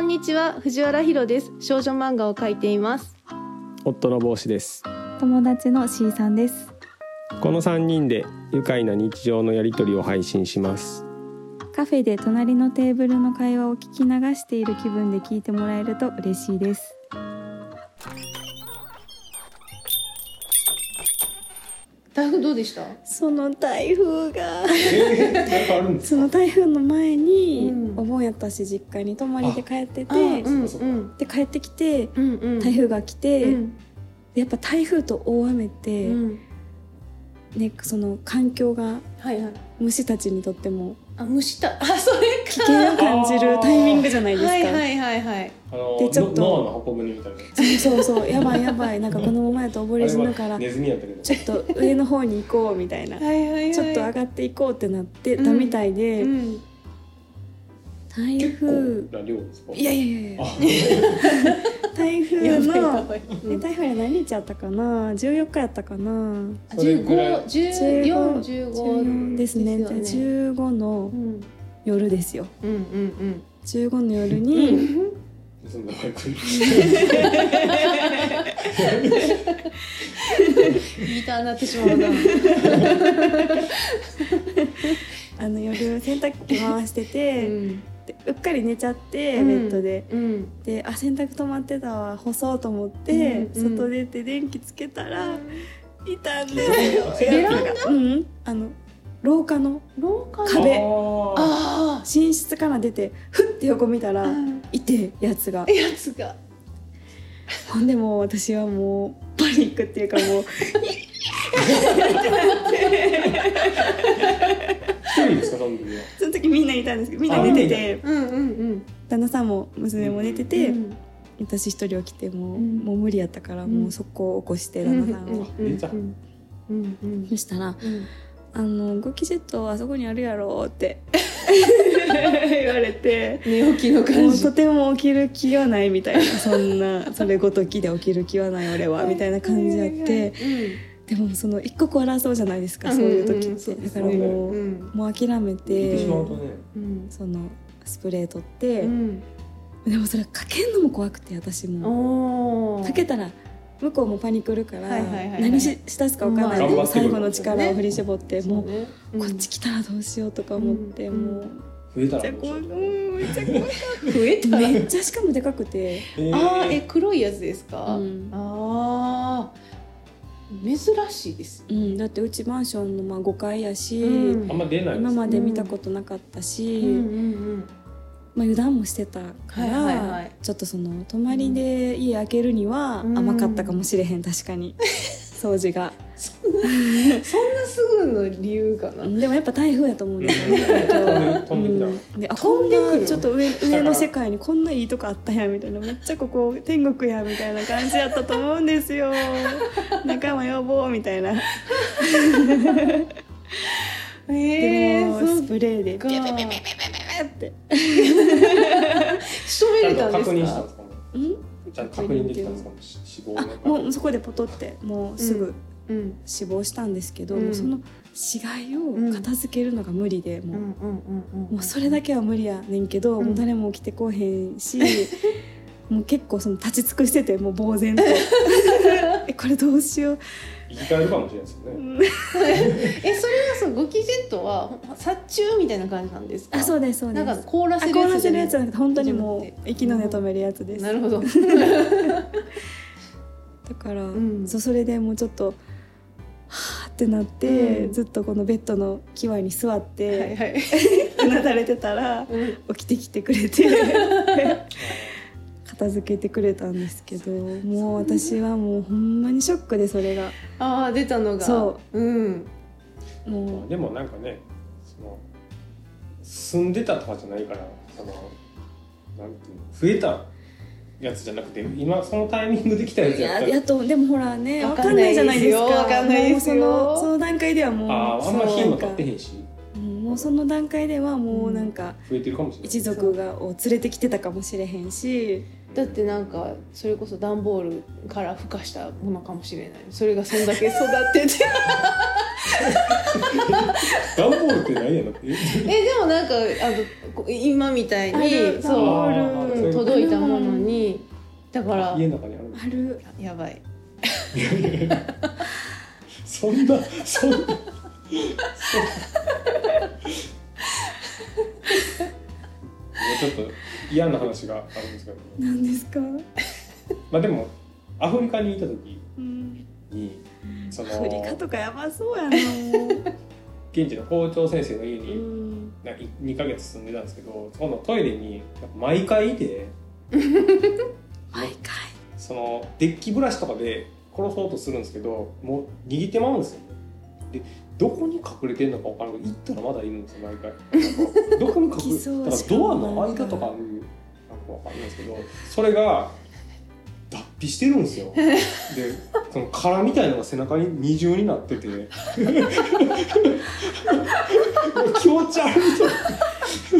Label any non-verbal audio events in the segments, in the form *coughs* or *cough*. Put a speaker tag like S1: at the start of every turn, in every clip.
S1: んにちは藤原ひろです少女漫画を描いています
S2: 夫の帽子です
S3: 友達の C さんです
S2: この3人で愉快な日常のやりとりを配信し *laughs* ます
S3: カフェで隣のテーブルの会話を聞き流している気分で聞いてもらえると嬉しいです
S1: 台風どうでした
S4: その台風が
S2: あるん
S4: *laughs* その台風の前に、
S1: うん
S4: お盆やったし実家に泊まりで帰ってて、
S1: うんうん
S4: で帰ってきて
S1: うんうん
S4: 台風が来て、
S1: うん
S4: でやっぱ台風と大雨っ
S1: う
S4: て、
S1: ん
S4: ねその環境が
S1: はいはい
S4: 虫たちにとっても
S1: あ虫 *laughs* たあそれか
S4: 危険を感じるタイミングじゃないですか。
S1: はいはいはいはい
S2: あの
S4: でちょっと
S2: の脳の箱舟みたいな
S4: そうそうそうやばいやばいなんかこのままやと溺れ死ぬ
S1: *laughs*
S4: か
S2: あれは
S4: ら
S2: ネズミやったけど
S4: ちょっと上の方に行こうみたいなち
S1: はいはいはい
S4: ょっと上
S1: っ
S4: がっていこうってなってたみたいで、
S1: うん
S4: 台
S2: 結
S4: 風
S2: 構な量ですか
S4: いやいやいやいや
S2: あ
S4: 台風
S1: やばいや
S4: の
S1: ばい
S4: え台風が何日やったかな14日やったかな
S1: あ
S2: それぐらい
S1: 15 14 15
S4: ですね
S1: ですよね
S4: じゃあ15の
S1: うん
S4: 夜ですよ
S1: うんうん
S4: 15の夜
S1: うん
S4: に、
S2: そんな箱舟
S1: ギターになってしまうな
S4: あの夜洗濯機回してて、
S1: ん
S4: でうっかり寝ちゃって、
S1: うん
S4: ベッドで
S1: うん
S4: であ洗濯止まってたわ干そうと思って、
S1: うんうん
S4: 外出て電気つけたらいたんですよ
S1: ベラン
S4: ダうんあの廊下の
S1: 廊下の
S4: *laughs* 壁
S1: あ
S2: あ
S4: 寝室から出てふって横見た
S1: あ
S4: らいてやつが
S1: やつが
S4: ほんでもう私はもうパニックっていうかも
S2: ー
S4: う
S2: 一人ですかその時は
S4: その時みんないたんですけどみんな寝てて
S1: うんうんうん
S4: 旦那さんも娘も寝てて、
S1: うん
S4: 私一人起きてもう,、
S1: うん
S4: もう無理やったから、
S1: うん
S4: もう速攻起こして旦那さんを、
S1: うんうんうん
S4: そしたら
S1: うん
S4: あのゴキジェットあそこにあるやろって
S1: *laughs*
S4: 言われて
S1: 寝起きの
S4: も
S1: 感
S4: う
S1: じ
S4: とても起きる気はないみたいなそんなそれごときで起きる気はない俺はみたいな感じやってでもその一刻を争うじゃないですかそういう時って、
S1: うんうんうん
S4: だからも
S1: う
S4: う,、
S1: ん
S4: もう諦め
S2: 行って
S4: て
S2: しまうとね
S1: うん
S4: そのスプレー取って、
S1: うん
S4: でもそれかけんのも怖くて私も
S1: おー
S4: かけたら向こうもパニクるから、
S1: はいはいはいはい
S4: 何ししたすか分かんない、
S1: まあ
S4: で
S2: 頑張ってく
S4: 最
S2: る
S4: 後の力を振り絞って、もう、
S1: ね
S4: こっち来たらどうしようとか思って、
S1: うん
S4: もう
S2: 増えたら
S4: めっちゃ
S2: どう
S4: 怖い
S2: しよう
S4: うんめっちゃ怖い
S1: うん増えたら
S4: めっちゃしかもでかくて、
S2: えー
S1: あーえ黒いやつですか
S4: うん
S1: あー珍しいです
S4: うん、だってうちマンションのまあ5階やし、
S1: うん
S2: あんま出ないで
S4: 今
S2: す
S4: まで見たことなかったし、
S1: うん
S4: まあ、油断もしてたから、
S1: はいはいはい
S4: ちょっとその泊まりで家開けるには
S1: うん
S4: 甘かったかもしれへん確か
S1: *laughs*
S4: に掃除が
S1: そんなすぐの理由かな
S4: でもやっぱ台風やと思うんですよね
S2: 飛んでき
S4: うんであ
S1: 飛
S4: こ
S1: ん
S4: ん
S1: でくる
S4: なちょっと上上の世界にこんないいとこあったやみたいなめっちゃここ天国やみたいな感じやったと思うんで
S1: *laughs*
S4: すよ仲間呼ぼうみたいな
S1: え
S4: で
S1: え
S4: も
S1: そ
S4: ス
S1: う
S4: プレーで
S1: か
S4: ビャビャビャビャビャビャビャって
S1: 仕留め
S2: たち
S1: れ
S2: ゃ
S1: た
S2: ん
S1: ん
S2: と
S1: ですか
S2: 確認したんですか
S4: うん
S2: ちゃんと確認できたんですかし死亡
S4: あ
S2: の
S4: もうそこでポトってもうすぐ
S1: うん
S4: 死亡したんですけど、
S1: うん
S4: もうその死骸を片付けるのが無理で、
S1: うん
S4: もう,、
S1: うんうんうん
S4: もうそれだけは無理やねんけど、
S1: うん
S4: もう誰も起きてこうへ
S1: *laughs*
S4: んしもう結構その立ち尽くしててもう
S1: *laughs*
S4: 呆然とえこれどうしよう
S2: 生き返るかもしれないですよ
S4: う
S2: ね
S4: ん
S1: えそれはそうゴキジェットは殺虫みたいな感じなんですか
S4: あそううですそうで
S1: な
S4: す
S1: んか凍ら
S4: あ
S1: せる
S4: 凍ら
S1: やつ
S4: せ
S1: じゃ
S4: る
S1: な
S4: や
S1: い
S4: つじゃなくて本当にも
S1: じゃなく
S4: う息の根止めるやつです、
S1: なるほど
S4: だから、
S1: ん
S4: そうそれでもうちょっとはあってなって、
S1: うん
S4: ずっとこのベッドの際に座っ
S1: はい
S4: て、
S1: はいう
S4: なだれてたら
S1: うん
S4: 起きてきてくれて片付けてくれたんですけどもう私はもうほんまにショックでそれが
S1: *laughs* ああ出たのが
S4: そう
S1: うん
S2: ま
S4: も
S2: あでもなんかねその住んでたとかじゃないからそのなんていうの増えたやつじゃなくて今そのタイミングできたや
S4: う
S2: つ
S4: い
S2: やっ
S4: や
S2: たら
S4: やっとでもほらね
S1: わ
S4: わ
S1: か
S4: か
S1: ん
S4: ん
S1: な
S4: ない
S1: ですよ
S4: いじゃないですか
S1: わかんないですよ
S4: もうそのその段階ではもう
S2: あーあんま
S4: そう
S2: 火も
S4: な
S2: 立
S4: ん
S2: って
S4: か
S2: へんし
S4: うもうその段階ではもうなんか
S2: 増えてるかもしれない
S4: 一族がを連れてきてたかもしれへんし
S1: だってなんかそれこそ段ボールから孵化したものかもしれないそれがそんだけ育って
S4: *laughs*
S1: て
S2: 段ボールって何やなって
S1: えでもなんかあのこ今みたいに
S4: 段ボ
S1: そ
S4: ール
S2: あー
S1: う、、
S2: そううんいうこと
S1: 届いたものにだから
S2: 家の中にある
S4: ある
S1: やばい
S2: そんなそんなそんなちょっと嫌な話があるんですけど
S4: なんですか、
S2: まあでもアフリカにいた時
S4: うん、
S2: にそ
S4: アフリカ
S2: の
S4: とかやばそうやなも
S2: 現地の校長先生の家
S4: う、う
S2: に
S4: ん、
S2: な2ヶ月住んでたんですけどそこのトイレになんか毎回いて
S4: 毎回
S2: そのデッキブラシとかで殺そうとするんですけどもう握ってまうんですよねでどこに隠れてんのか分からなくて行ったらまだいるんですよ毎回なんかどこに
S4: *laughs* き
S2: 隠
S4: そう
S2: れだからドアの間とかになんか分かるんないですけどそれが脱皮してるんですよでその殻みたいのが背中に二重になってて
S4: *laughs*
S2: 気持ち悪いと
S4: 旅する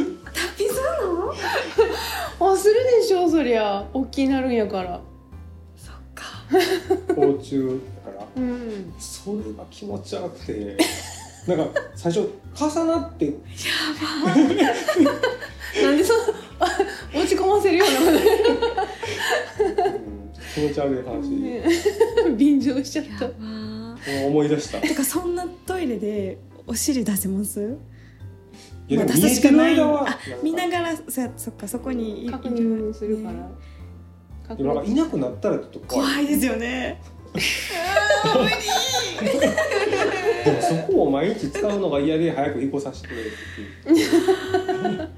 S4: の
S1: あするでしょそりゃ大きいなるんやから
S4: そっか
S2: 甲虫だから
S1: うん
S2: それが気持ち悪くてなんか最初重なって
S1: なんでその *laughs* あ落ち込ませるようなこ
S2: うん気持ち悪い
S1: と
S2: 話、
S1: ね *laughs* 便乗しちゃっ
S4: や
S1: た
S4: ばー
S2: もう思い出したい
S4: てかそんなトイレでお尻出せます
S2: やでも
S4: まあ
S2: 見えてる間は
S4: あ見ながらそそっかそこにい
S1: 確
S4: いる
S1: 認するから
S4: ね
S1: 確
S2: でもなんか
S1: 認
S2: いなくなったらちょっと怖い
S4: 怖いですよね
S2: でもそこを毎日使うのが嫌で早く移行させてくれって言って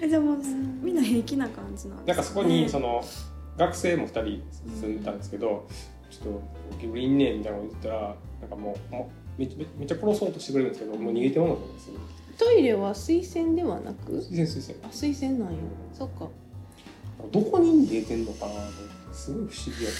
S4: えでもみんな平気な感じなん
S2: な
S4: で
S2: ん
S4: す
S2: かそこにそ
S4: の
S2: の学生も2人住んでたんですけどちょっとゴキブリいんねんみたいなこと言ったらなんかもうもうめっちゃめっちゃ殺そうとしてくれるんですけどもう逃げてもらうんですよ
S1: トイレは水洗ではなく
S2: 推薦推薦
S1: あ水洗なんやそっか
S2: どこに逃げてんのかなと思ってすごい不思議やっ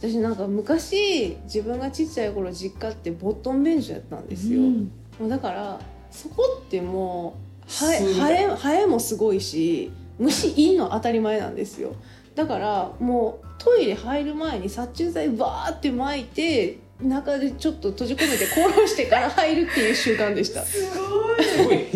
S2: た
S1: 私なんか昔自分がちっちゃい頃実家ってボットン便所やったんですよ、もうだからそこってもうハエ
S2: すごい
S1: ハエハエもすごいし虫いんの当たり前なんですよだからもうトイレ入る前に殺虫剤バーって撒いて中でちょっと閉じ込めて殺してから入るっていう習慣でした
S4: すご
S2: すごいへ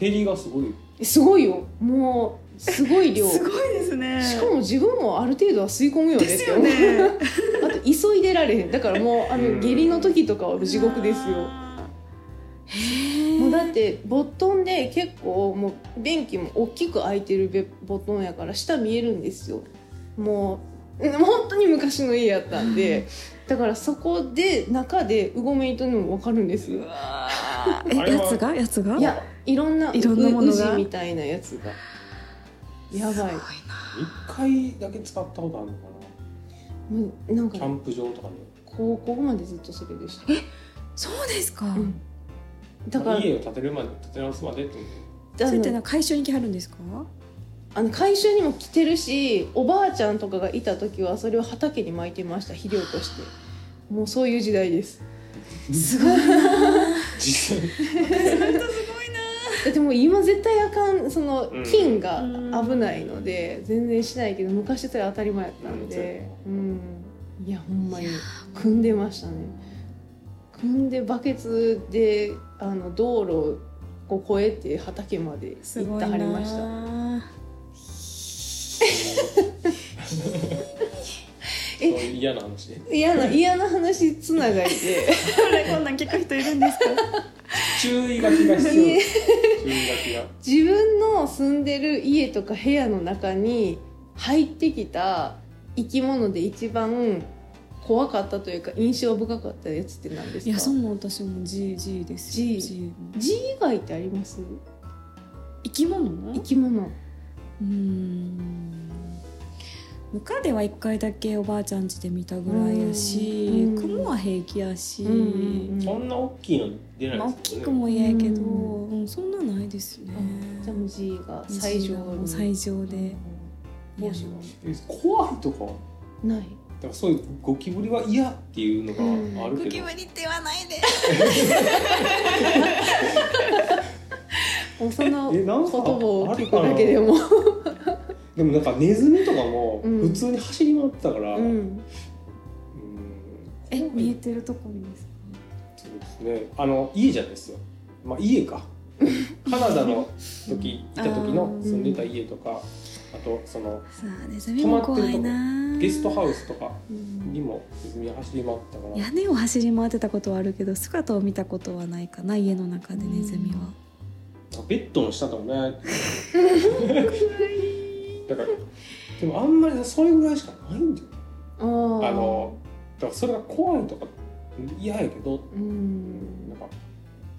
S2: 減りがすごい
S1: すごいよもうすごい量
S4: い *laughs* す
S1: し
S4: ごいですね
S1: かも自分もある程度は吸い込むよね
S4: で
S1: っ
S4: す
S1: て
S4: よ
S1: 思う、
S4: ね
S1: *laughs* あと急いでられへんだからもうあ
S2: うん
S1: の下痢の時とかは地獄ですよ
S4: へえ
S1: もうだってボットンで結構もう便器も大きく開いてるべボットンやから下見えるんですよもううん本当に昔の家やったんでだからそこで中でうごめいとるのも分かるんですよ
S4: え
S2: あれは
S4: やつがやつが
S1: いやいろんない
S4: ろんなものが
S1: ううじみたいなやつがやばい
S4: すごいな
S2: 一回だけ使ったことあるのかな
S1: もうなん
S2: キ
S1: か
S2: ャンプ場とかに
S1: 高校までずっとそれでした
S4: そうですか、
S1: うんだから
S2: 家を建てるまで建て直すまでっていう
S1: あ
S4: それって
S1: の
S4: なんか回収に来はるんですか
S1: あの回収にも来てるしおばあちゃんとかがいた時はそれを畑に巻いてました肥料としてもうそういう時代です
S4: すごいな
S2: 実際
S1: だってもう今絶対あかんその
S2: うん
S1: 菌が危ないので、全然しないけど昔それ当たり前だったんで、う
S2: うん
S1: いやほんまに組んでましたね組んでバケツであの道路をこう越えて畑まで
S4: す
S1: 行
S4: ご
S1: っ
S4: い
S1: て
S4: な
S1: はりました
S2: そういう嫌な話ね
S1: 嫌な嫌な話つながりで
S4: これこんなん聞く人いるんですか
S2: 注意書きが必要
S1: いえ
S2: 注意書きが
S1: 自分の住んでる家とか部屋の中に入ってきた生き物で一番怖かったというか印象深かったやつって何ですか
S4: いやそんなん私も GG ですよ
S1: G
S4: G も
S1: G 以外ってあります
S4: 生き物
S1: 生き物
S4: うーんムカデは一回だけおばあちゃん家で見たぐらいやし、
S1: うん
S4: クモは平気やし、
S1: うん
S2: そんな大きいの出ない
S4: まあ、
S2: で
S4: 大
S2: す
S4: き
S2: よね
S4: くも嫌やけど、
S1: う
S4: うんそんなないですね、
S1: じゃあもう G が最上
S4: も
S1: に
S4: う最上
S1: う
S4: で
S1: ん
S4: いや
S2: え怖いとか
S1: ない
S2: だからそういうゴキブリは嫌っていうのがある
S4: ゴ
S2: け
S4: キ
S2: ど
S4: ブリって言わないで
S2: なん
S1: 言
S2: か
S1: 葉を
S2: ある
S1: 聞
S2: か
S1: く
S2: な
S1: だけでも、
S2: でもなんかネズミとかも
S1: うん
S2: 普通に走り回ってたから、
S1: う
S2: うん
S1: ん、
S3: え見えてるとこ見ますか
S2: そうですねあの家じゃないですよまあ家かカナダの時いた時
S4: あ
S2: の
S4: ー
S2: 住んでた家とかあとその
S4: さあネズミも怖いな
S2: ゲストハウスとか
S4: うん
S2: にもネズミが走り回ってたから
S4: 屋根を走り回ってたことはあるけど姿を見たことはないかな家の中でネズミは *laughs*
S2: ベッドの下だもんねだからでもあんまりそれぐらいしかないんだよ
S1: あー
S2: あのだからそれが怖いとか嫌やけど、
S1: う
S2: なん
S1: ん
S2: か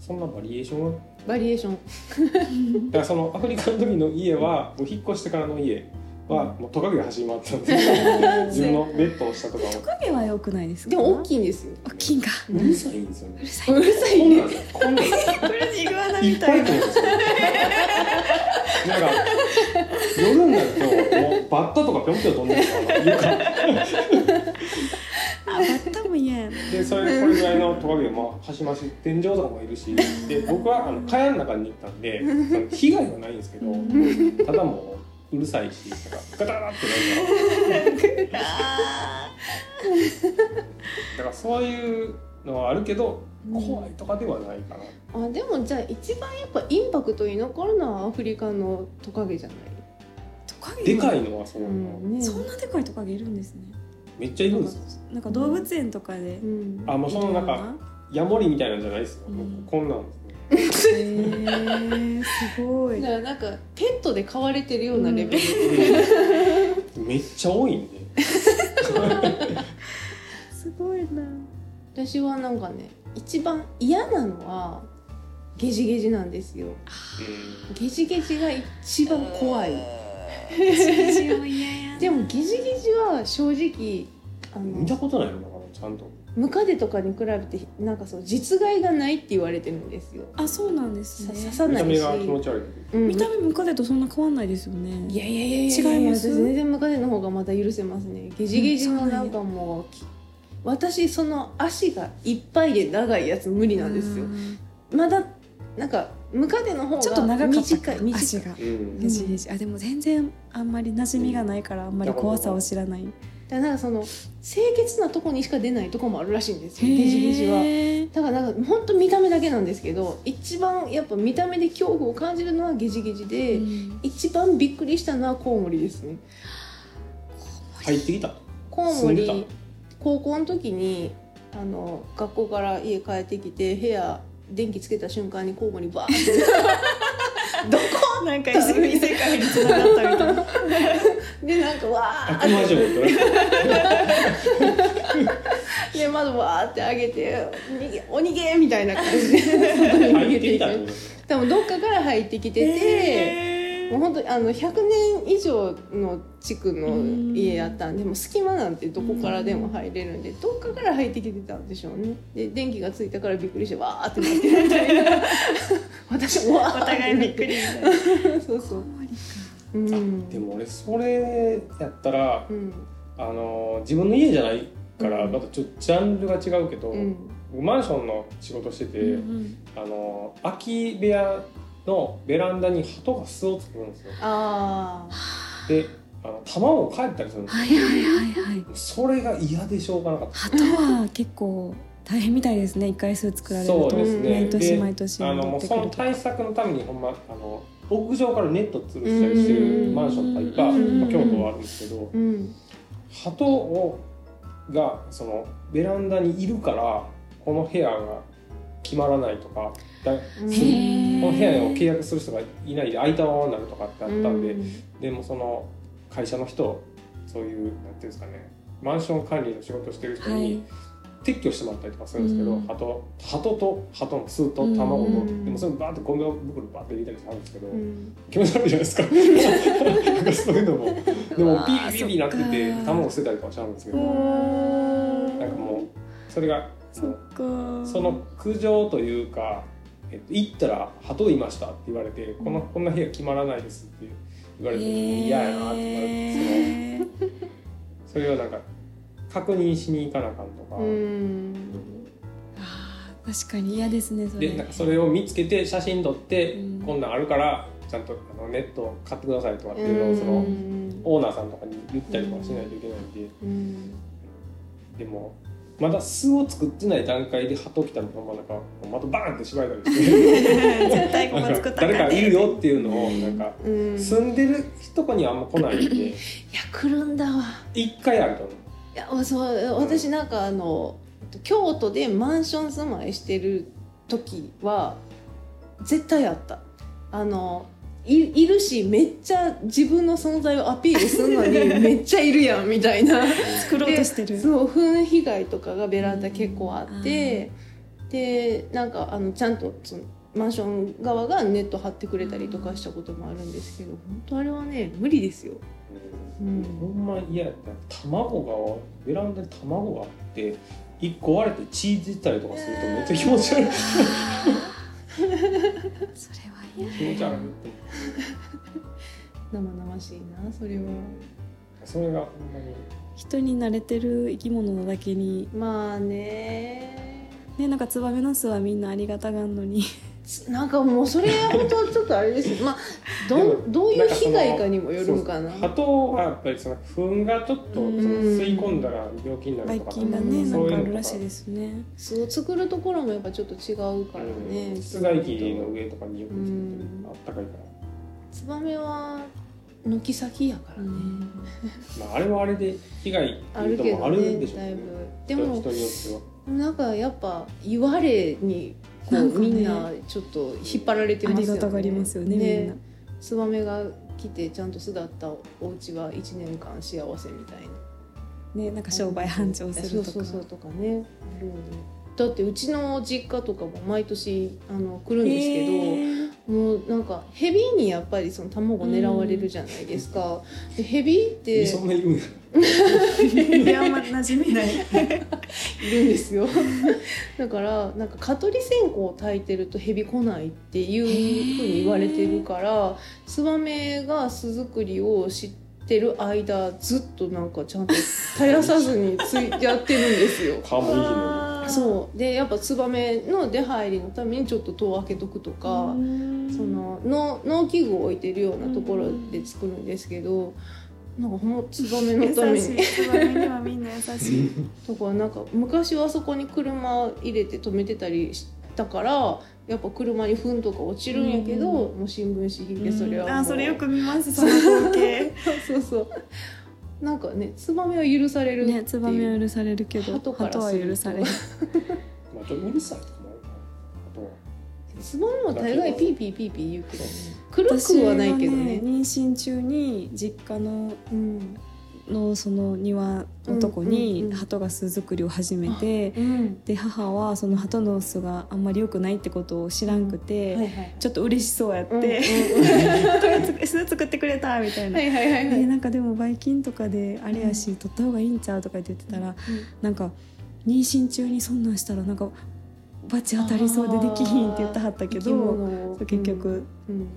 S2: そんなバリエーションはだ
S1: バリエーション
S2: からそのアフリカの時の家はもう引っ越してからの家はもうトカゲが走り回ってたん
S4: *laughs*
S2: ですよ自分のベッドの下とかも
S4: トカゲは良くないですか
S1: でも大きいんですよ
S4: 大きいんか
S2: うるさいんですよ
S4: う
S2: ね
S4: るさ
S1: う
S4: い
S1: *laughs* るさい
S2: こんなん
S1: ね
S2: こんなん
S4: これイグアナ
S2: いっぱい来るんですよ。なんか夜になるともうバッタとかぴょんぴょん飛んでるから床
S4: あバッタも嫌やな
S2: でそれこれぐらいのトカゲも端々天井とかもいるしで僕はあの蚊帳の中に行ったんでその被害はないんですけどただもううるさいしなんかガタガタってなんかだからそういうのはあるけど怖いとかではないかな。
S1: あでもじゃあ一番やっぱインパクトに残るのはアフリカのトカゲじゃない、
S4: トカゲ
S2: でかいのはそう
S1: う
S2: なの
S1: んね
S4: そんなでかいトカゲいるんですね
S2: めっちゃいるんですよ。
S4: なんか動物園とかで
S1: うん
S2: あもうそのなんかヤモリみたいなんじゃないですよ。
S4: うん
S2: こんなんですね。
S4: へーすごい
S1: だからなんかペットで飼われてるようなレベル、
S2: *laughs* めっちゃ多いんで。
S4: すごいな
S1: 私はなんかね一番嫌なのはゲジゲジなんですよゲジゲジが一番怖い *laughs*
S4: 一応嫌や
S1: でもゲジゲジは正直あ
S2: 見
S1: の
S2: たことないのかな、ちゃんと。
S1: ムカデとかに比べてなんかそう実害がないって言われてるんですよ
S4: あそうなんです
S1: さ
S4: ね
S1: 刺さ
S2: 見
S1: な
S2: た
S1: い
S2: 目
S1: し
S2: が気持ち悪
S1: う
S2: い。
S1: ん
S4: 見た目ムカデとそんな変わんないですよね
S1: いやいやいやいや
S4: 違います
S1: 私全然ムカデの方がまた許せますねゲジゲジのなんかもう、き私その足がいっぱいで長いやつ無理なんですよまだなんかムカデの方が
S4: ちょっと長かった
S1: 短
S4: か
S1: い短い
S4: 足が
S2: うん
S1: う
S4: ゲ
S1: ん
S4: ジゲジあでも全然あんまり馴染みがないからあんまり怖さを知らない
S1: だからなんかその清潔なとこにしか出ないとこもあるらしいんですよゲジゲジは
S4: へー
S1: だからなんか本当見た目だけなんですけど一番やっぱ見た目で恐怖を感じるのはゲジゲジで、
S4: うん
S1: 一番びっくりしたのはコウモリですね
S2: 入ってきた。
S1: コウモ
S2: 住んで
S1: リ高校の時にあの学校から家帰ってきて部屋電気つけた瞬間にコウモリバーって *laughs* どこ
S4: なんか
S1: 異世
S4: 界に繋がったみたいな
S1: *laughs* でなんかわー
S2: 悪魔城ドラえもん
S1: で窓わーって上げて「逃げお逃げ!」みたいな感じで外に逃
S2: *laughs* 入
S1: げて
S2: ってき
S1: い
S2: たって
S1: く
S2: こと。
S1: 多分どっかから入ってきてて、もう本当にあの100年以上の地区の家やったんでもう隙間なんてどこからでも入れるんでどっかから入ってきてたんでしょうねで電気がついたからびっくりしてわーってなってるみたいな私もわーって
S4: みたい
S1: なってそうそううん
S2: でも俺それやったら
S1: う、ん
S2: あの自分の家じゃないから
S1: うん
S2: またちょっとジャンルが違うけど
S1: う、ん
S2: マンションの仕事してて、
S4: うん
S2: あの空き部屋のベランダに鳩が巣を作るんですよ。
S1: ああ
S2: で、あの卵を帰ったりするんですよ。
S4: はいはいはいはい
S2: それが嫌でしょうがなかった。
S4: 鳩は結構大変みたいですね一回数作られる
S2: そう
S4: と
S2: ですね。
S4: 毎年
S2: で
S4: 毎年
S2: あのも
S4: 戻
S2: う
S4: って
S2: そ
S4: く
S2: の
S4: ると
S2: 対策のためにほんまあの屋上からネット吊るしたりしてるマンションとかいっぱい、
S1: うん
S2: まあ、京都はあるんですけど、
S1: うん
S2: 鳩をがそのベランダにいるからこの部屋が決まらないとかだこ
S1: うん
S4: へー
S2: の部屋を契約する人がいないで空いたままになるとかってあったんで、
S1: うん
S2: でもその会社の人そういうなんていうんですかねマンション管理の仕事してる人に、
S4: はい
S2: 撤去してもらったりとかするんですけど、
S4: うん
S2: 鳩鳩と鳩の巣と卵
S1: う
S2: の、
S1: ん
S2: でもそれバーってゴミ袋バーって入れたりするんですけど、
S1: うん
S2: 気持ち悪いじゃないですか
S4: *laughs*
S2: なんかそういうのもで
S4: う
S2: も
S4: わー
S2: ピーピーピーなってて
S4: そっか
S2: 卵捨てたりとかしちゃうんですけど、なんかもうそれが
S4: そっか
S2: その苦情というか、えっと、行ったら鳩いましたって言われて、このこんな部屋決まらないですって言われて嫌やなって言われて
S4: へー
S2: そのそれをなんか確認しに行かなあかんとか。
S1: うん
S4: あー確かに嫌ですねそれ
S2: でなんかそれを見つけて写真撮って、
S4: うん
S2: こんなんあるからちゃんとあのネット買ってくださいとかっていうのをそ
S1: うん
S2: のオーナーさんとかに言ったりとかしないといけないんで
S1: うん
S2: でもまだ巣を作ってない段階で鳩来たのがまあなんかまたバーンって縛られたりして
S4: 絶対ここ
S2: なん
S4: 作
S2: か
S4: ったら
S2: 誰
S4: あか
S2: か
S4: んで
S2: いるよっていうのをなんか
S1: うん、い
S2: 住んでるとこにはあんま来ない
S1: *laughs*
S2: んで
S1: や来るんだわ
S2: 一回あると思う。
S1: いやそう私なんかあの京都でマンション住まいしてる時は絶対あったあのいいるしめっちゃ自分の存在をアピールする *laughs* のにめっちゃいるやんみたいな *laughs*
S4: 作ろうとしてる
S1: そう糞被害とかがベランダ結構あって、でなんかあのちゃんとそのマンション側がネット張ってくれたりとかしたこともあるんですけど本当あれはね無理ですよ。うん
S2: ほんま嫌やった卵がベランダに卵があって一個割れて血出たりとかするとめっちゃ気持ち悪い
S3: それは嫌
S2: 気持ち悪いっ
S1: 生々しいなそれ
S2: て
S1: は、
S2: それがほんまに
S4: 人に慣れてる生き物なだけに
S1: まあね
S4: ねなんかツバメの巣はみんなありがたがんのに
S1: つなんかもうそれは本当ちょっとあれですまあどんどういう被害かにもよるんかな
S2: 鳩はやっぱりその糞がちょっとその
S4: うん
S2: 吸い込んだら病気にな
S4: ば
S2: る
S4: い
S2: とか
S4: 菌がね
S1: うん
S4: な
S2: そう
S4: ん
S2: いう
S4: かあ
S2: の
S4: るらしいですね
S1: 巣を作るところもやっぱちょっと違うからね、
S2: うん室外機の上とかによくつけて
S1: う
S2: る
S1: ん
S2: あったかいか
S1: ツバメは軒先やからね、
S2: ら、まあ、あれはあれで被害って
S1: あ
S2: い
S1: る
S2: う
S1: け
S2: のも
S1: ど
S2: あるん
S1: ね
S2: でしょう
S1: だ
S2: ね
S1: いぶでも
S2: 人によっては
S1: なんかやっぱ言われにこう
S4: なんかね
S1: みんなちょっと引っ張られて
S4: あ
S1: ますよね
S4: りがたがりますよねみんな
S1: ツバメが来てちゃんと巣だったお家は一年間幸せみたいな
S4: ねなんか商売繁盛するとか
S1: そうそうそうとかね、だってうちの実家とかも毎年あの来るんですけど、もうなんかヘビにやっぱりその卵狙われるじゃないですか、でヘビって
S2: えそんな言うんや
S4: け *laughs* どいやあんま馴染みない
S1: いるんですよ *laughs* だからなんか蚊取り線香を焚いてるとヘビ来ないっていうふうに言われてるからツバメが巣作りを知ってる間ずっとなんかちゃんと絶やさずについやってるんですよ。
S2: 顔もいいの
S1: そうでやっぱツバメの出入りのためにちょっと戸を開けとくとか、その農農機具を置いてるようなところで作るんですけど、なんかほんまツバメのため
S4: 優
S1: に
S4: しいツバメにはみんな優しい
S2: に
S1: だからなんか昔はそこに車入れて止めてたりしたからやっぱ車に糞とか落ちるんやけど、もう新聞紙引いてそれはもう、
S4: あそれよく見ますその光景
S1: *laughs* そうそうなんかねツバメは許されるっていう
S4: ねツバメは許されるけど
S1: 鳩からす
S4: 鳩
S1: ると
S4: は許され
S1: *laughs*
S4: る
S2: まあちょっとうるさいとかもあるからあとは
S1: ツバメも大概ピーピーピーピー言うけどね狂くはないけどね
S4: 私は妊娠中に実家の
S1: うん
S4: のその庭のとこ
S1: うんうん
S4: に
S1: うん
S4: 鳩が巣作りを始めて、
S1: うん
S4: で母はその鳩の巣があんまり良くないってことを知らんくて、
S1: はいはい
S4: ちょっと嬉しそうやって
S1: う
S4: 「
S1: んうん
S4: こ *laughs* れつ巣作ってくれた」みたいな。
S1: はいはいはいは
S4: で
S1: い
S4: なんかでもばい菌とかであれやし取った方がいいんちゃうとか言ってたらなんか妊娠中にそんなんしたらなんかバチ当たりそうでできひんって言ったはったけど
S1: ど
S4: 結局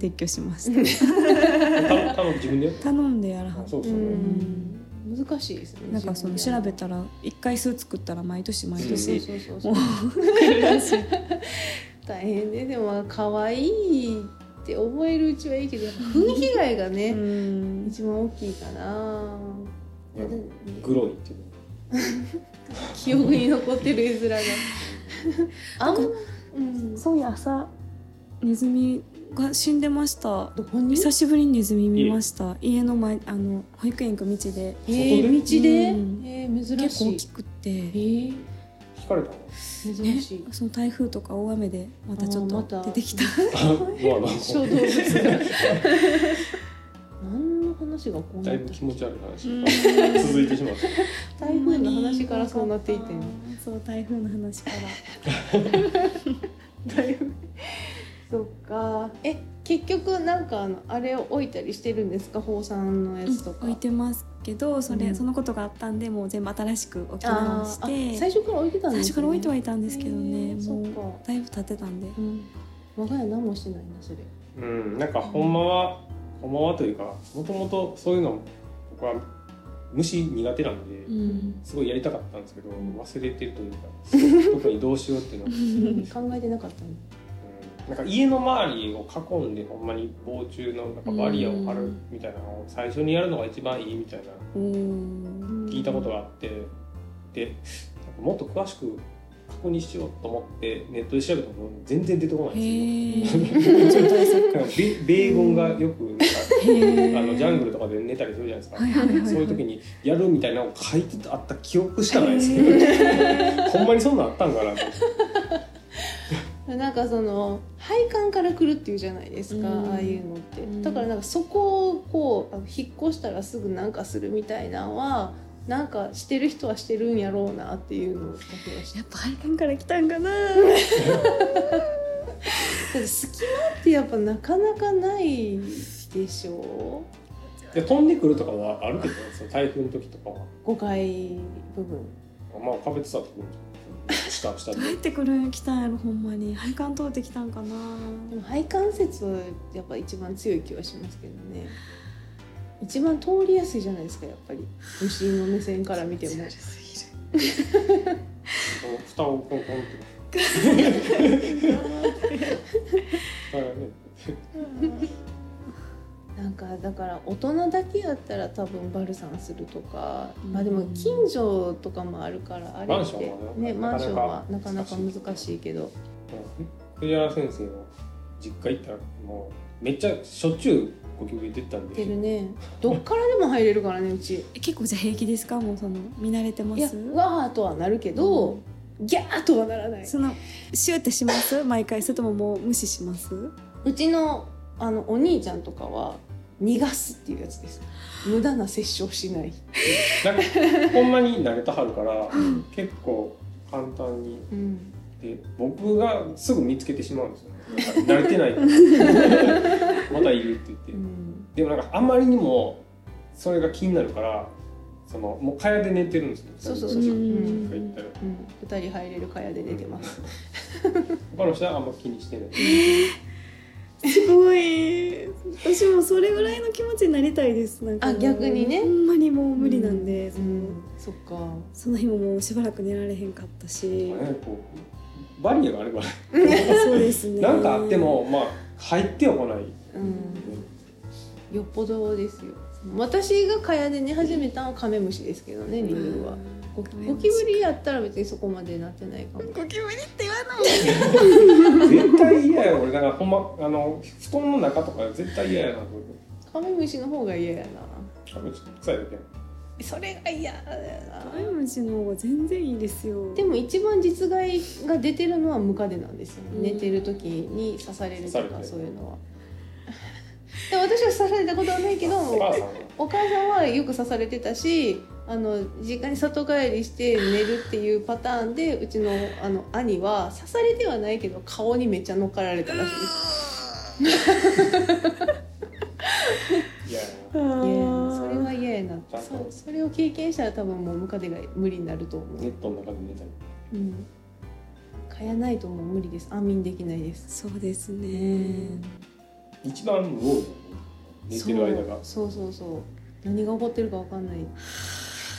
S4: 撤去しまし
S2: た
S4: た、
S2: 多分自分でやった
S4: 頼んでやらは
S1: *laughs*
S2: あ
S4: った
S2: そう
S1: う
S2: そう、ね
S1: ん難しいですね
S4: なんかその調べたら一回数作ったら毎年毎年
S1: そうそうそうそ
S4: も
S1: う
S4: う来るらしい
S1: *laughs* 大変ねでも可愛いって思えるうちはいいけどやっぱ糞被害が
S4: う
S1: ね、
S4: ん
S1: 一番大きいかな
S2: やグロいっていうの
S1: 記憶に残ってる絵
S4: *laughs*
S1: 面があんま、うん、
S4: そういや朝ネズミが死んでました
S1: どこに
S4: 久しぶりにネズミ見ました家の前あの保育園行く道で
S1: えー、
S2: 外
S1: 道
S2: で
S1: で、
S4: うん
S1: えー、珍
S4: 結
S1: し
S4: 構大
S1: い
S4: きくっ
S1: え
S4: て
S1: ー、
S2: 聞かれたの
S1: 珍しい、
S4: その台風とか大雨でまたちょっ
S1: あーま
S4: と
S1: た
S4: 出てきた
S2: *laughs* あまあ
S1: 小動物が何の話がこう
S2: だ
S1: ないっ
S2: ぶ
S1: た
S2: 気持ち悪い話
S4: うん
S2: が *laughs* 続いてしまった
S1: 台風の話からそうなっていってんの
S4: そう台風の話から
S1: 台風そっかえ結局なんかあのあれを置いたりしてるんですか宝山のやつとか、
S4: 置いてますけどそれ、
S1: うん
S4: そのことがあったんでもう全部新しく置き直
S1: あ
S4: し
S1: ー
S4: て
S1: あ最初から置いてたん
S4: 最
S1: です、ね、
S4: 初から置いてはいたんですけどね、
S1: へー
S4: も
S1: そっか
S4: うだいぶ経ってたんで
S1: うん我が家何もしてないなそれ
S2: うんなんかほんまはほんまはというかもともとそういうの僕は虫苦手なんで、
S4: ん
S2: すごいやりたかったんですけ *laughs* ど忘れてるというか特にどうしようっていうのは、うん
S1: 考えてなかったの
S2: なんか家の周りを囲んでほんまに防虫のなんかバリアを張るみたいなのを最初にやるのが一番いいみたいな
S4: うん
S2: *laughs* 聞いたことがあってでなんかもっと詳しく確認しようと思ってネットで調べたも全然出てこないん
S4: へ
S2: です
S4: え
S2: よ。 *laughs* なんか *laughs* 米米軍がよくなんか
S4: へー
S2: あのジャングルとかで寝たりするじゃないですか。
S4: はいはいはいはい
S2: そういう時にやるみたいなのを書いてあった記憶しかないですけ *laughs* ど、ほんまにそんなんあったんかなと思って。
S1: なんかその配管から来るっていうじゃないですか、
S4: うん
S1: ああいうのって
S4: ん
S1: だからなんかそこをこうあの引っ越したらすぐなんかするみたいなのはなんかしてる人はしてるんやろうなっていうのをだけは
S4: *laughs*
S1: して
S4: やっぱ配管から来たんかな
S1: だって隙間ってやっぱなかなかないでしょう
S2: で飛んでくるとかはあるけどね、その台風の時とかは。
S1: 5階部分
S2: まあ、壁伝わってくるんじゃない下、下で。
S4: 入ってくるん来たんやろほんまに配管通ってきたんかな
S1: でも肺関節はやっぱ一番強い気はしますけどね一番通りやすいじゃないですかやっぱり虫の目線から見ても
S2: この蓋をコンコンって。
S4: *laughs*
S2: だからね、
S1: なんかだから大人だけやったら多分バルサンするとか、
S4: うん
S1: まあでも近所とかもあるからあれ
S2: マン
S1: っ
S2: シ
S1: て
S2: ョンは
S1: ね
S2: ね
S1: マンションはな
S2: な
S1: か
S2: か
S1: な
S2: な
S1: か
S2: か
S1: 難しいけど
S2: 栗原先生の実家行ったら、もう、めっちゃしょっちゅうゴキブリ出てたん
S1: て
S2: で。
S1: るねどっからでも入れるからねうち
S4: え結構じゃあ平気ですかもうその見慣れてま
S1: いや
S4: す
S1: わーとはなるけど、ギャーとはならない
S4: そのシューってします毎回それとももう無視します
S1: うちのあのお兄ちゃんとかは逃がすっていうやつです無駄な接触をしない
S2: なんか、ほんまに投げたはるから、結構簡単に。
S1: うん、
S2: で僕がすぐ見つけてしまうん
S1: *laughs*
S2: ですよ、ね、なんか慣れてないからまたい *laughs* るって言ってでもなんかあまりにもそれが気になるからそのもう蚊帳で寝てるんですよ
S1: そうそう
S2: 二
S1: そ
S2: 人
S1: うそうう
S2: とか
S1: ん
S2: 行ったら
S1: うん、2人入れる蚊帳で出てます、
S2: 他の人はあんま気にしてない
S4: すごい私もそれぐらいの気持ちになりたいですなんかもう
S1: あ逆にね
S4: ほんまにもう無理なんで、
S1: う
S4: その
S1: ん、そっか
S4: その日ももうしばらく寝られへんかったし
S2: なんかこうバリアがあれば
S4: そうですね
S2: なんかあってもまあ入ってはこない、
S1: うんよっぽどですよ私が蚊帳で寝始めたのはカメムシですけどね理由はゴキゴキブリやったら別にそこまでなってないかも
S4: ゴキブリって言わない
S2: 絶対嫌や俺だからほんまあの布団の中とか絶対嫌やなと思って
S1: カメムシの方が嫌やな
S2: あのちょっと臭いだけや
S1: それが嫌だよな
S4: カメムシの方が全然いいですよ
S1: でも一番実害が出てるのはムカデなんですよ、ね
S4: うん
S1: 寝てる時に刺されると
S2: 刺され
S1: か
S2: て
S1: そういうのは *laughs* でも私は刺されたことはないけど
S2: お母さんは
S1: お母さんはよく刺されてたしあの実家に里帰りして寝るっていうパターンでうちのあの兄は刺されてはないけど顔にめっちゃ乗っかられたらしいです
S2: 嫌やない
S1: やそれは嫌やな
S2: ちゃんと
S1: そうそれを経験したら多分もうムカデが無理になると思
S2: ネ
S1: う
S2: ットの中で寝たり
S1: うん蚊やないともう無理です安眠できないです
S4: そうですね、
S2: 一番無防備寝てる間が
S1: そうそうそうそう何が起こってるかわかんない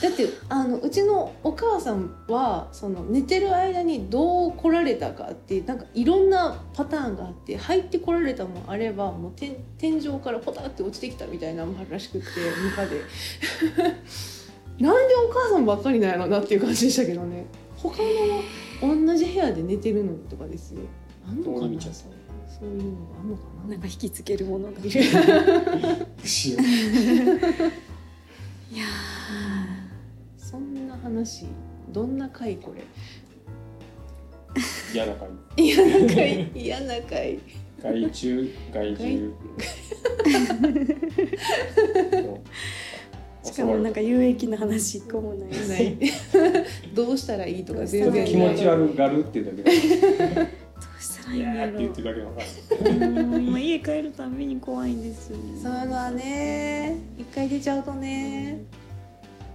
S1: だってあのうちのお母さんはその寝てる間にどう来られたかってなんかいろんなパターンがあって入ってこられたもあればもう天天井からポタって落ちてきたみたいなのもあるらしくってムカで *laughs* なんでお母さんばっかりなんやろなっていう感じでしたけどね他の同じ部屋で寝てるのにとかですよあんのか
S2: どう見
S1: な
S2: ちゃっ
S1: そ
S2: た
S1: ういうのがあんのかな
S4: なんか引きつけるものがい
S2: 牛
S4: や
S1: そんな話どんな回これ
S2: 嫌な感
S1: 嫌 *laughs* な回嫌な回
S2: じ害虫害獣
S4: *laughs* ーしかもなんか有益な話一個もないし
S1: ない *laughs* どうしたらいいとか全
S2: ちょっと
S1: 然
S2: 気持ち
S1: ない
S2: 悪がるっていうだけで
S4: どうしたらい
S2: い
S4: い
S2: や
S4: んだ
S2: ーって
S4: ろ
S2: 言っ
S4: う
S2: てるだけの
S4: もう家帰るたびに怖いんですよね
S1: そういうのはね一回出ちゃうとね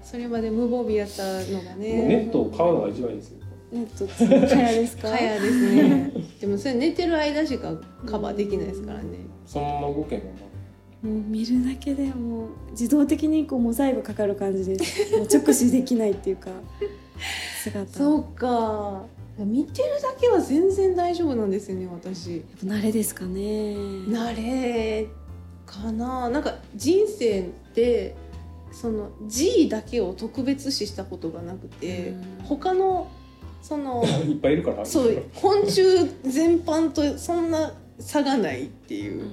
S1: それまで無防備やったのが
S2: ネ
S1: ね
S2: ットを買うのが一番いいですよ
S4: ネットつかやですか
S1: 蚊帳です
S2: *laughs*
S1: ねでもそれ寝てる間しかカバーできないですからね
S2: そのまま動けへんもんな
S4: もう見るだけでもう自動的にこうモザイクかかる感じですもう直視できないっていうか姿
S1: そうか見てるだけは全然大丈夫なんですよね私
S4: 慣れですかね
S1: 慣れかななんか人生ってその G だけを特別視したことがなくて、
S4: うん
S1: 他のその *coughs*
S2: いっぱいいるから
S1: そう昆虫全般とそんな差がないっていううん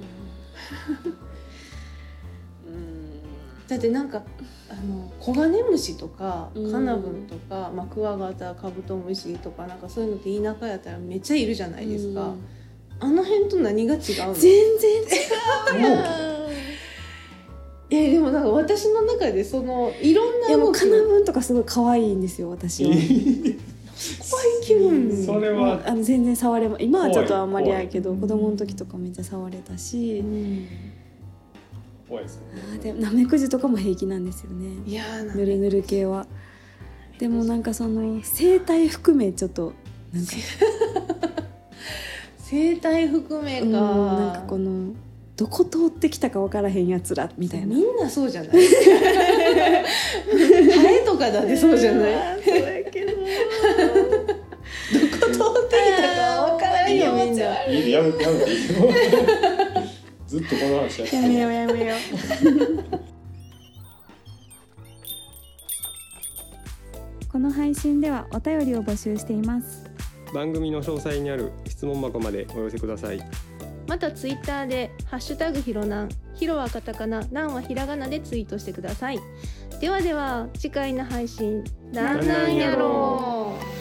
S1: だってなんかあのコガネムシとか
S4: うん
S1: カナブンとか、まあ、クワガタカブトムシとかなんかそういうのって田舎やったらめっちゃいるじゃないですか、
S4: うん
S1: あの辺と何が違うの
S4: 全然違
S2: もう
S1: えでもなんか私の中でそのいろん
S4: うい
S1: な
S4: やも
S1: 動
S4: うカ
S1: き
S4: ナ
S1: を
S4: ブンとかすごい可愛いんですよ私は。
S1: 怖い気分
S2: それは
S4: もうあの全然触れま今はちょっとあんまり
S2: 怖
S4: や
S2: い
S4: けど子供の時とかめっちゃ触れたし
S1: う、ん
S2: 怖いですね
S4: あーでもナメクジとかも平気なんですよね
S1: いやーなんか
S4: ぬるぬる系はでもなんかその生態含めちょっとなんか
S1: 生態含めか,、
S4: うんなんかこのどこ通ってきたか分からへんやつらみたいな
S1: みんなそうじゃない
S4: *laughs*
S1: ハエとかだってそうじゃない
S4: いそうやけど
S1: どこ通ってきたか分からんよみんな
S2: 家でやめてや
S4: *laughs*
S2: めていいよずっとこの話やって
S4: や
S2: る
S4: めようやめよ
S3: この配信ではお便りを募集しています
S5: 番組の詳細にある質問箱までお寄せください
S6: またツイッターで「ハッシュタグひろなん」「ひろはカタカナ」「なん」はひらがなでツイートしてくださいではでは次回の配信「なんなんやろう」